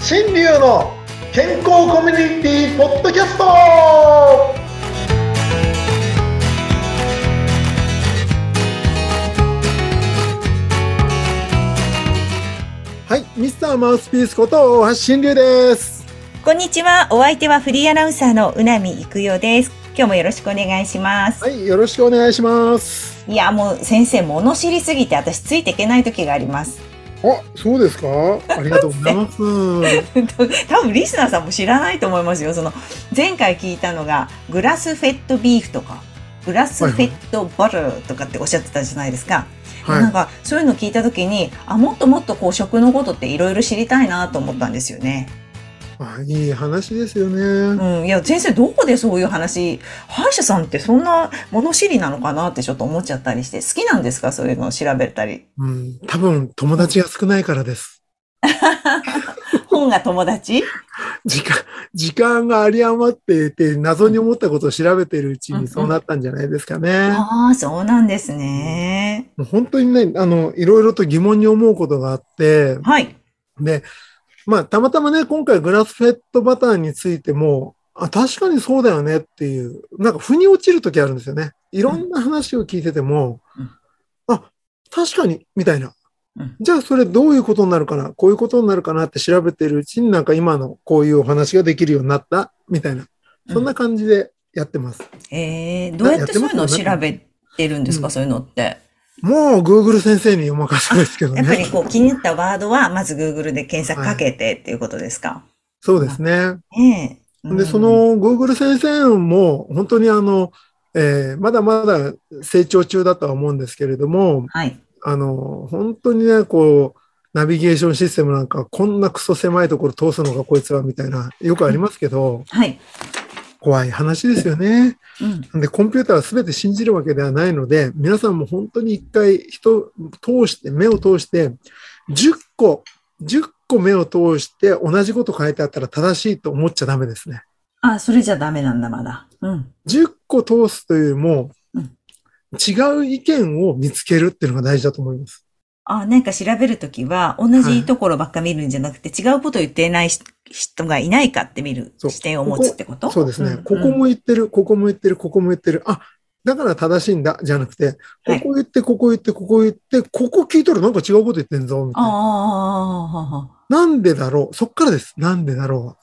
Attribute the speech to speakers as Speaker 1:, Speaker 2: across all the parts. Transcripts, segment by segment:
Speaker 1: 新流の健康コミュニティポッドキャストは
Speaker 2: はい、ミスターマウスピースこと大橋新流です。
Speaker 3: こんにちは。お相手はフリーアナウンサーのうなみいくよです。今日もよろしくお願いします。
Speaker 2: はい、よろしくお願いします。
Speaker 3: いや、もう先生、物知りすぎて私ついていけない時があります。
Speaker 2: あ、そうですか。ありがとうござい ます。
Speaker 3: 多分リスナーさんも知らないと思いますよ。その、前回聞いたのが、グラスフェットビーフとか、グラスフェットバターとかっておっしゃってたじゃないですか。
Speaker 2: は
Speaker 3: なん
Speaker 2: い、
Speaker 3: か、そういうの聞いた時に、あ、もっともっとこう、食のことっていろいろ知りたいなと思ったんですよね。
Speaker 2: あ、いい話ですよね。
Speaker 3: うん、いや先生どこでそういう話歯医者さんってそんな物知りなのかなってちょっと思っちゃったりして好きなんですかそういうのを調べたり
Speaker 2: うん、多分友達が少ないからです。
Speaker 3: 本が友達
Speaker 2: 時間、時間が有り余っていて、謎に思ったことを調べているうち
Speaker 3: うんう
Speaker 2: に
Speaker 3: ん
Speaker 2: そうなったんじゃないですかね。
Speaker 3: ああそうなんですね
Speaker 2: もう本当にね、あの、いろいろと疑問に思うことがあって、
Speaker 3: はい
Speaker 2: で、まあ、たまたまね、今回グラスフェットバターについても、あ、確かにそうだよねっていう、なんか、腑に落ちるときあるんですよね。いろんな話を聞いてても、
Speaker 3: うん
Speaker 2: あ、確かに、みたいな
Speaker 3: うん。
Speaker 2: じゃあ、それどういうことになるかな、こういうことになるかなって調べてるうちになんか今のこういうお話ができるようになった、みたいな。そんな感じでやってます。
Speaker 3: えー、どうやってそういうのを調べてるんです
Speaker 2: う
Speaker 3: か、
Speaker 2: ん
Speaker 3: そういうのって
Speaker 2: もう、Google 先生にお任せですけど
Speaker 3: やっぱり
Speaker 2: ね。
Speaker 3: こう気に入ったワードはまず Google で検索かけてっていうことですか、
Speaker 2: そうですね。
Speaker 3: ええうん
Speaker 2: で、その Google 先生も本当にあの、えーまだまだ成長中だとは思うんですけれども、
Speaker 3: はい
Speaker 2: あの、本当にね、こう、ナビゲーションシステムなんか、こんなクソ狭いところ通すのかこいつはみたいな、よくありますけど、
Speaker 3: はい、
Speaker 2: 怖い話ですよね。
Speaker 3: うん、
Speaker 2: で、コンピューターは全て信じるわけではないので、皆さんも本当に一回人通して、目を通して、10個、10個目を通して同じこと書いてあったら正しいと思っちゃダメですね。
Speaker 3: あそれじゃダメなんだまだうん
Speaker 2: 10個通すというよりも
Speaker 3: うん、
Speaker 2: 違う意見を見つけるっていうのが大事だと思います。
Speaker 3: あ、なんか調べるときは、同じところばっか見るんじゃなくて、違うことを言っていないし人がいないかって見る
Speaker 2: そう
Speaker 3: 視点を持つってこと
Speaker 2: そうですね。
Speaker 3: ん
Speaker 2: ここも言ってる、ここも言ってる、ここも言ってる。あ、だから正しいんだ、じゃなくて、
Speaker 3: は
Speaker 2: こ
Speaker 3: い
Speaker 2: こ言って、ここ言って、ここ言って、ここ聞いたらなんか違うこと言ってんぞ、みた
Speaker 3: あ
Speaker 2: い
Speaker 3: あ、
Speaker 2: な。なんでだろうそっからです。なんでだろ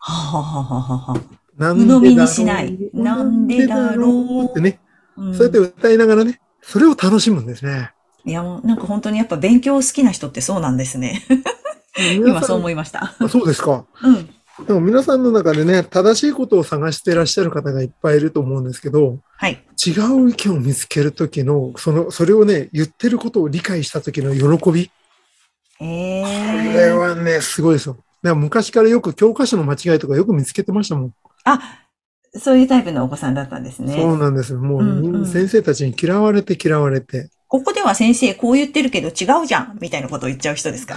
Speaker 3: ああ、はははははは。
Speaker 2: うは。
Speaker 3: 鵜呑みにしないなんでだろう
Speaker 2: ってね。
Speaker 3: うん
Speaker 2: そうやって歌いながらね、それを楽しむんですね。
Speaker 3: いや、もうなんか本当にやっぱ勉強好きな人ってそうなんですね。今そう思
Speaker 2: い
Speaker 3: いました。
Speaker 2: そうですか。
Speaker 3: うん。
Speaker 2: でも皆さんの中でね、正しいことを探していらっしゃる方がいっぱいいると思うんですけど、
Speaker 3: はい。
Speaker 2: 違う意見を見つけるときの、その、それをね、言ってることを理解したときの喜び。
Speaker 3: え
Speaker 2: これ
Speaker 3: え。
Speaker 2: はね、すごいですよ。だから昔からよく教科書の間違いとかよく見つけてましたもん。
Speaker 3: あ、そういうタイプのお子さんだったんですね。
Speaker 2: そうなんですよ。もう、
Speaker 3: うんうん
Speaker 2: 先生たちに嫌われて嫌われて。
Speaker 3: ここでは先生こう言ってるけど違うじゃんみたいなことを言っちゃう人ですか。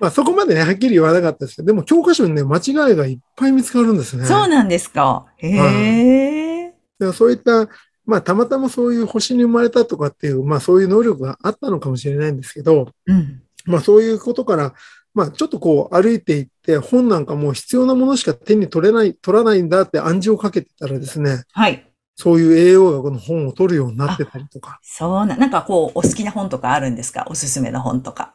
Speaker 2: まあそこまでね、はっきり言わなかったですけど、でも教科書にね、間違いがいっぱい見つかるんですね。
Speaker 3: そうなんですか。へえ。
Speaker 2: だからそういった、まあたまたまそういう星に生まれたとかっていう、まあそういう能力があったのかもしれないんですけど、
Speaker 3: うん。
Speaker 2: まあそういうことから、まあちょっとこう歩いていって、本なんかもう必要なものしか手に取れない、取らないんだって暗示をかけてたらですね、
Speaker 3: はい。
Speaker 2: そういう栄養学の本を取るようになってたりとか、
Speaker 3: そうな、なんかこう、お好きな本とかあるんですかおすすめの本とか。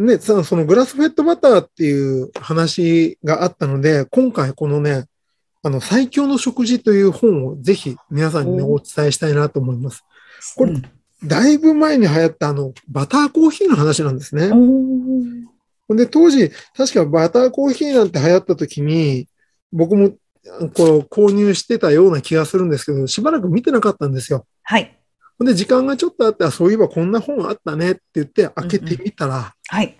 Speaker 2: ね、さそのグラスフェットバターっていう話があったので、今回このね、あの、最強の食事という本をぜひ皆さんにね、
Speaker 3: お
Speaker 2: お伝えしたいなと思います。これ
Speaker 3: うん
Speaker 2: だいぶ前に流行ったあの、バターコーヒーの話なんですね。で、当時、確かバターコーヒーなんて流行った時に、僕もこう購入してたような気がするんですけど、しばらく見てなかったんですよ。
Speaker 3: はい。
Speaker 2: で、時間がちょっとあって、あそういえばこんな本あったねって言って開けてみたら、
Speaker 3: はい。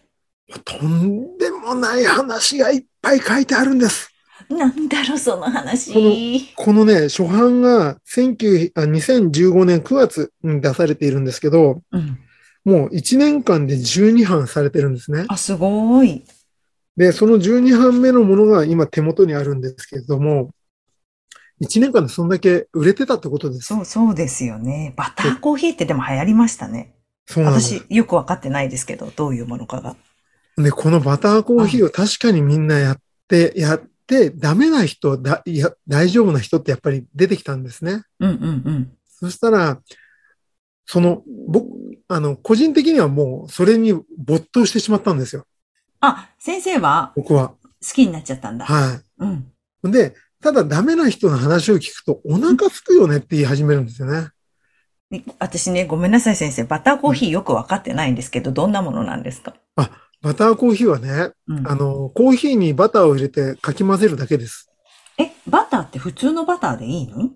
Speaker 2: とんでもない話がいっぱい書いてあるんです。
Speaker 3: なんだろう、その
Speaker 2: こ
Speaker 3: 話。
Speaker 2: このね、初版が19あ2015年9月に出されているんですけど、
Speaker 3: うん。
Speaker 2: もう1年間で12版されてるんですね。
Speaker 3: あ、すごい。
Speaker 2: で、その12版目のものが今手元にあるんですけれども、1年間でそんだけ売れてたってことです。
Speaker 3: そう、そうですよね。バターコーヒーってでも流行りましたね。
Speaker 2: そうなんです。
Speaker 3: 私、よくわかってないですけど、どういうものかが。
Speaker 2: で、このバターコーヒーを確かにみんなやって、やって、ダメな人だいや、大丈夫な人ってやっぱり出てきたんですね。
Speaker 3: うんうんうん。
Speaker 2: そしたら、その、僕、あの、個人的にはもう、それに没頭してしまったんですよ。
Speaker 3: あ、先生は
Speaker 2: 僕は。
Speaker 3: 好きになっちゃったんだ。
Speaker 2: は
Speaker 3: うん。
Speaker 2: い。で、ただダメな人の話を聞くと、お腹すくよねって言い始めるんですよね。
Speaker 3: ね私ね、ごめんなさい先生、バターコーヒーよくわかってないんですけど、どんなものなんですか
Speaker 2: バターコーヒーはね、
Speaker 3: うん
Speaker 2: あの、コーヒーにバターを入れてかき混ぜるだけです。
Speaker 3: え、バターって普通のバターでいいの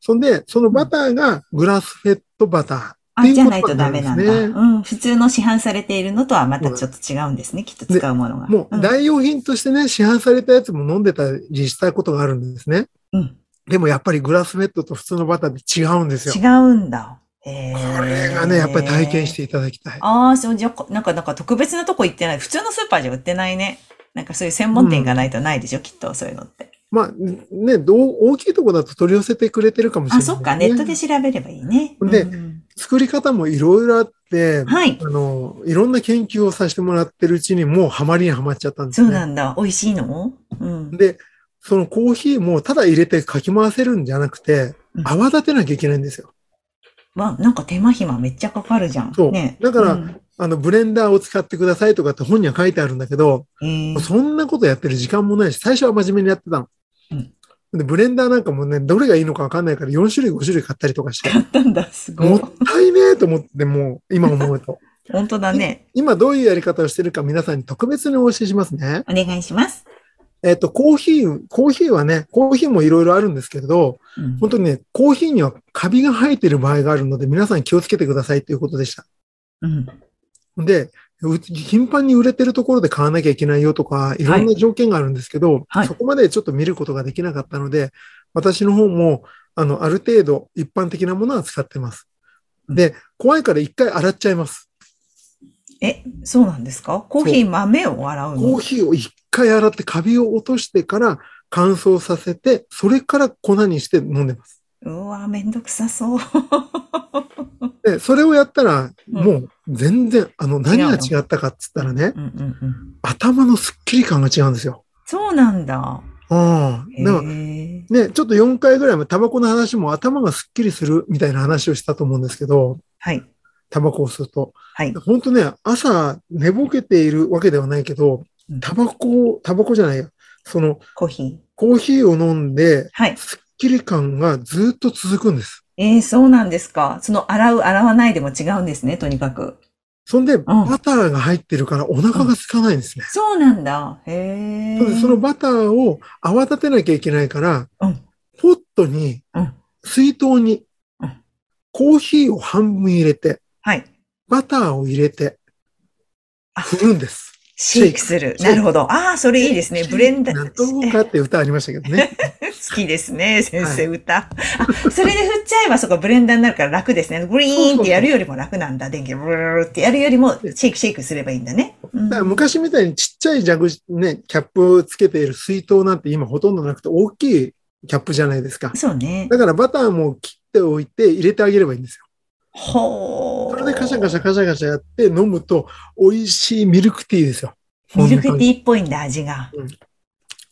Speaker 2: そんで、そのバターがグラスフェットバターっ
Speaker 3: あ、
Speaker 2: てい
Speaker 3: じ
Speaker 2: う
Speaker 3: ゃ
Speaker 2: こ
Speaker 3: ない
Speaker 2: と
Speaker 3: と
Speaker 2: な
Speaker 3: ダ
Speaker 2: ん
Speaker 3: メ
Speaker 2: で
Speaker 3: な
Speaker 2: す
Speaker 3: んだ。
Speaker 2: ね。
Speaker 3: うん。普通の市販されているのとはまたちょっと違うんですね。きっと使うものが。
Speaker 2: もう
Speaker 3: う
Speaker 2: ん代用品としてね、市販されたやつも飲んでたりしたことがあるんですね。
Speaker 3: うん。
Speaker 2: でもやっぱりグラスフェットと普通のバターって違うんですよ
Speaker 3: 違。うんだ。こ
Speaker 2: これがね、やっぱり体験していただきたい。
Speaker 3: ああ、そう、じゃあ、こなんか、なんか特別なとこ行ってない。普通のスーパーじゃ売ってないね。なんかそういう専門店がないとないでしょ、きっと、そういうのって。
Speaker 2: まあ、ね、どう大きいとこだと取り寄せてくれてるかもしれ
Speaker 3: あ、
Speaker 2: ない、
Speaker 3: そっか、ネットで調べればいいね。
Speaker 2: で
Speaker 3: うんうん
Speaker 2: 作り方もいろいろあって、
Speaker 3: はい。
Speaker 2: あの、いろんな研究をさせてもらってるうちにもうハマりにハマっちゃったんで
Speaker 3: そ
Speaker 2: す
Speaker 3: う
Speaker 2: ね。
Speaker 3: なんだ。美味しいのうん。
Speaker 2: で、そのコーヒーもただ入れてかき回せるんじゃなくて
Speaker 3: う、ん
Speaker 2: 泡立てなきゃいけないんですよ。
Speaker 3: まあ、なんか手間暇めっちゃかかるじゃん。
Speaker 2: そう
Speaker 3: ね。
Speaker 2: だから
Speaker 3: うん
Speaker 2: あの、ブレンダーを使ってくださいとかって本には書いてあるんだけど、
Speaker 3: えー
Speaker 2: そんなことやってる時間もないし、最初は真面目にやってたの。
Speaker 3: うん
Speaker 2: で、ブレンダーなんかもね、どれがいいのかわかんないから4種類5種類買ったりとかして、
Speaker 3: 買ったんだ。すご
Speaker 2: もっ
Speaker 3: い。
Speaker 2: たいねえと思って、もう今思う と。
Speaker 3: 本当だね。
Speaker 2: 今どういうやり方をしてるか皆さんに特別にお教えしますね。
Speaker 3: お願いします。
Speaker 2: えっと、コーヒー、コーヒーはね、コーヒーもいろいろあるんですけれど、
Speaker 3: うん
Speaker 2: 本当にね、コーヒーにはカビが生えてる場合があるので、皆さん気をつけてくださいということでした。
Speaker 3: うん。
Speaker 2: で、う頻繁に売れてるところで買わなきゃいけないよとか、いろんな条件があるんですけど、
Speaker 3: はい
Speaker 2: そこまでちょっと見ることができなかったので、私の方も、あの、ある程度一般的なものは使ってます。で、怖いから一回洗っちゃいます。
Speaker 3: え、そうなんですかコーヒー豆を洗うの
Speaker 2: コーヒーを一回洗ってカビを落としてから乾燥させて、それから粉にして飲んでます。
Speaker 3: うわ、めんどくさそう。
Speaker 2: で、それをやったら、
Speaker 3: うん
Speaker 2: もう全然、あの、何が違ったかっつったらね、
Speaker 3: うんうんうん。
Speaker 2: 頭のスッキリ感が違うんですよ。
Speaker 3: そうなんだ。
Speaker 2: あ
Speaker 3: へ
Speaker 2: あ、だから
Speaker 3: え。
Speaker 2: ね、ちょっと4回ぐらいもタバコの話も頭がすっきりするみたいな話をしたと思うんですけど、
Speaker 3: はい。
Speaker 2: タバコを吸うと。
Speaker 3: はい。
Speaker 2: 本当ね、朝寝ぼけているわけではないけど
Speaker 3: うん、
Speaker 2: タバコを、タバコじゃないや。その、
Speaker 3: コーヒー。
Speaker 2: コーヒーを飲んで、
Speaker 3: はい。
Speaker 2: すっきり感がずっと続くんです。
Speaker 3: えー、そうなんですか。その、洗う、洗わないでも違うんですね、とにかく。
Speaker 2: そんで、バターが入ってるからお腹が空かないんですね。
Speaker 3: そうなんだ。へえ。
Speaker 2: それでそのバターを泡立てなきゃいけないから、
Speaker 3: うん
Speaker 2: ポットに
Speaker 3: うん、
Speaker 2: 水筒に
Speaker 3: うん、
Speaker 2: コーヒーを半分入れて、
Speaker 3: はい。
Speaker 2: バターを入れて、
Speaker 3: あ
Speaker 2: 振るん です。
Speaker 3: シェイクする。
Speaker 2: シェイ
Speaker 3: な
Speaker 2: ク
Speaker 3: るほど。ああ、それいいですね。ブレンダ
Speaker 2: なん
Speaker 3: ー。
Speaker 2: とかって歌ありましたけど ね。
Speaker 3: 好きですね、先生、歌。あ、それで振っちゃえば、そこブレンダーになるから楽ですね。グリーンってやるよりも楽なんだ。電気ブルーってやるよりも、シェイクシェイクすればいいんだね。うん
Speaker 2: だから昔みたいにちっちゃい蛇口、ね、キャップをつけている水筒なんて今ほとんどなくて大きいキャップじゃないですか。
Speaker 3: そうね。
Speaker 2: だからバターも切っておいて入れてあげればいいんですよ。
Speaker 3: ほ。
Speaker 2: そうれでカシャカシャカシャカシャやって飲むと美味しいミルクティーですよ。
Speaker 3: ミルクテ
Speaker 2: ー
Speaker 3: ィーっぽいんだ、味が。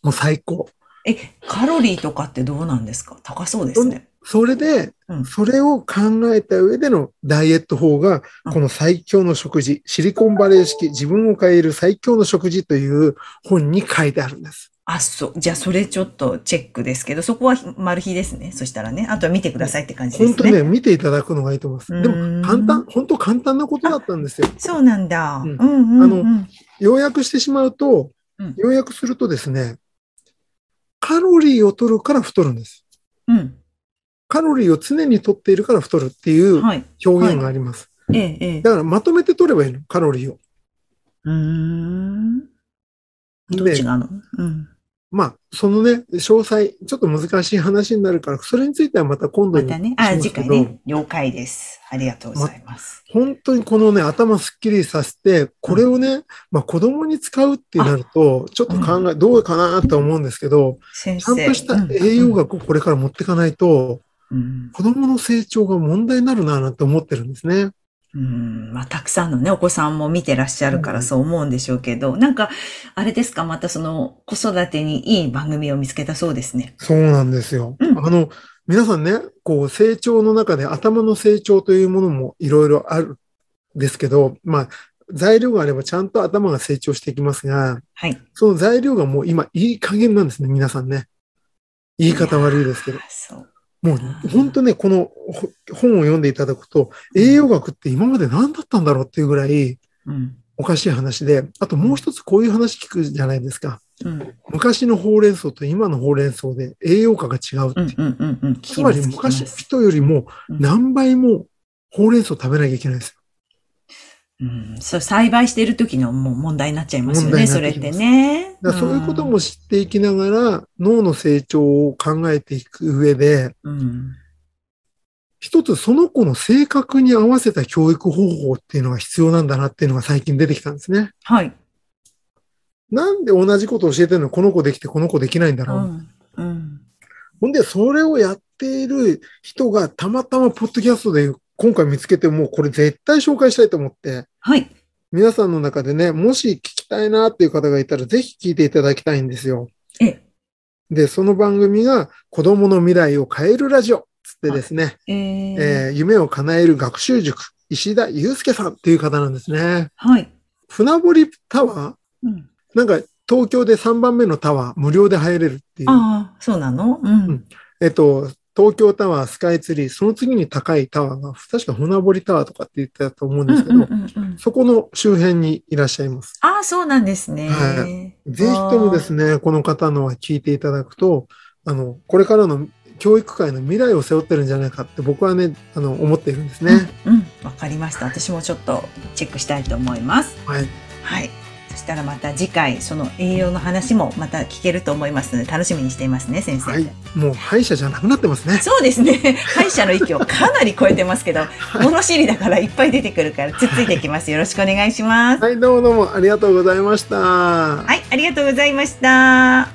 Speaker 2: もう最高。
Speaker 3: え、カロリーとかってどうなんですか高そうですね。
Speaker 2: それで
Speaker 3: うん、
Speaker 2: それを考えた上でのダイエット法が、この最強の食事、シリコンバレー式自分を変える最強の食事という本に書いてあるんです。
Speaker 3: あ、そう。じゃあ、それちょっとチェックですけど、そこはマル秘ですね。そしたらね。あとは見てくださいって感じですね。
Speaker 2: 本当にね、見ていただくのがいいと思います。で
Speaker 3: うーん
Speaker 2: も、簡単、本当簡単なことだったんですよ。
Speaker 3: そうなんだ。う
Speaker 2: うんん
Speaker 3: うんうん。
Speaker 2: あの要約してしまうと
Speaker 3: うん、
Speaker 2: 要約するとですね、カロリーを取るから太るんです。
Speaker 3: うん。
Speaker 2: カロリーを常に取っているから太るっていう
Speaker 3: はい。
Speaker 2: 表現があります。
Speaker 3: ええ、ええ。
Speaker 2: だからまとめて取ればいいの、カロリーを。
Speaker 3: うーん。どう
Speaker 2: で
Speaker 3: 違うのうん。
Speaker 2: まあ、そのね、詳細、ちょっと難しい話になるから、それについてはまた今度
Speaker 3: ま
Speaker 2: に。
Speaker 3: たね。あ、
Speaker 2: し
Speaker 3: 次
Speaker 2: ますけ
Speaker 3: 回
Speaker 2: ど
Speaker 3: ね。了解です。ありがとうございます。
Speaker 2: 本当にこのね、頭すっきりさせて、これをね、まあ子供に使うってなると、ちょっと考え、どうかなとは思うんですけど、
Speaker 3: 先
Speaker 2: ちゃん
Speaker 3: 生。
Speaker 2: とした栄養学をこれから持っていかないと、
Speaker 3: うん。
Speaker 2: 子供の成長が問題になるなぁなんて思ってるんですね。
Speaker 3: うんまあ、たくさんのね、お子さんも見てらっしゃるからそう思うんでしょうけど、なんか、あれですか、またその子育てにいい番組を見つけたそうですね。
Speaker 2: そうなんですよ。
Speaker 3: うん
Speaker 2: あの、皆さんね、こう、成長の中で頭の成長というものもいろいろあるんですけど、まあ、材料があればちゃんと頭が成長していきますが、
Speaker 3: はい。
Speaker 2: その材料がもう今いい加減なんですね、皆さんね。言い方悪いですけど
Speaker 3: あ。そう。
Speaker 2: もう本当ね、このほ本を読んでいただくと、栄養学って今まで何だったんだろうっていうぐらい
Speaker 3: うん。
Speaker 2: おかしい話で、あともう一つこういう話聞くじゃないですか。
Speaker 3: うん。
Speaker 2: 昔のほうれん草と今のほうれん草で栄養価が違うって
Speaker 3: う
Speaker 2: い
Speaker 3: ん
Speaker 2: う。。
Speaker 3: うん。うん。うん。聞
Speaker 2: つ
Speaker 3: き
Speaker 2: ま
Speaker 3: ま
Speaker 2: り
Speaker 3: す
Speaker 2: 昔の
Speaker 3: 聞きます
Speaker 2: 人よりも
Speaker 3: うん
Speaker 2: 何倍もほうれん草食べなきゃいけないんですよ。
Speaker 3: うん。そう、栽培している時のもう問題になっちゃいますよね、
Speaker 2: 問
Speaker 3: そ
Speaker 2: 題
Speaker 3: れ
Speaker 2: に
Speaker 3: っ
Speaker 2: なってきます
Speaker 3: てね。
Speaker 2: だからそういうことも知っていきながら脳の成長を考えていく上で、
Speaker 3: うん。うん。
Speaker 2: 一つその子の性格に合わせた教育方法っていうのが必要なんだなっていうのが最近出てきたんですね。
Speaker 3: はい。
Speaker 2: なんで同じことを教えてるのこの子できてこの子できないんだ
Speaker 3: う
Speaker 2: ろう。
Speaker 3: ん。うん。
Speaker 2: ほんで、それをやっている人がたまたまポッドキャストで今回見つけて、もうこれ絶対紹介したいと思って、
Speaker 3: はい。
Speaker 2: 皆さんの中でね、もし聞きたいなっていう方がいたら、ぜひ聞いていただきたいんですよ。
Speaker 3: え、
Speaker 2: で、その番組が、子供の未来を変えるラジオ、つってですね、
Speaker 3: えー、
Speaker 2: えー夢を叶える学習塾、石田祐介さんっていう方なんですね。
Speaker 3: はい。
Speaker 2: 船堀タワ
Speaker 3: うん。
Speaker 2: ーなんか、東京で3番目のタワー、無料で入れるっていう。
Speaker 3: ああ、そうなの
Speaker 2: う
Speaker 3: う。
Speaker 2: んんえっと、東京タワー、スカイツリー、その次に高いタワーが、確か船堀タワーとかって言ってたと思うんで
Speaker 3: うん
Speaker 2: すけ
Speaker 3: うん
Speaker 2: ど、
Speaker 3: うんうん。
Speaker 2: そこの周辺にいらっしゃいます。
Speaker 3: ああ、そうなんですね。
Speaker 2: はぜひともです
Speaker 3: ね。
Speaker 2: ね、この方のは聞いていただくと、あの、これからの教育界の未来を背負ってるんじゃないかって僕はね、あの、思っているんですね。
Speaker 3: うん、わかりました。私もちょっとチェックしたいと思います。
Speaker 2: はい。
Speaker 3: はい。そしたらまた次回、その栄養の話もまた聞けると思いますので、楽しみにしていますね、先生。
Speaker 2: はい。もう歯医者じゃなくなってますね。
Speaker 3: そうですね。歯医者の域をかなり超えてますけど、物知りだからいっぱい出てくるから、つっついてきます。よろしくお願いします。
Speaker 2: はい、どうもどうもありがとうございました。
Speaker 3: はい、ありがとうございました。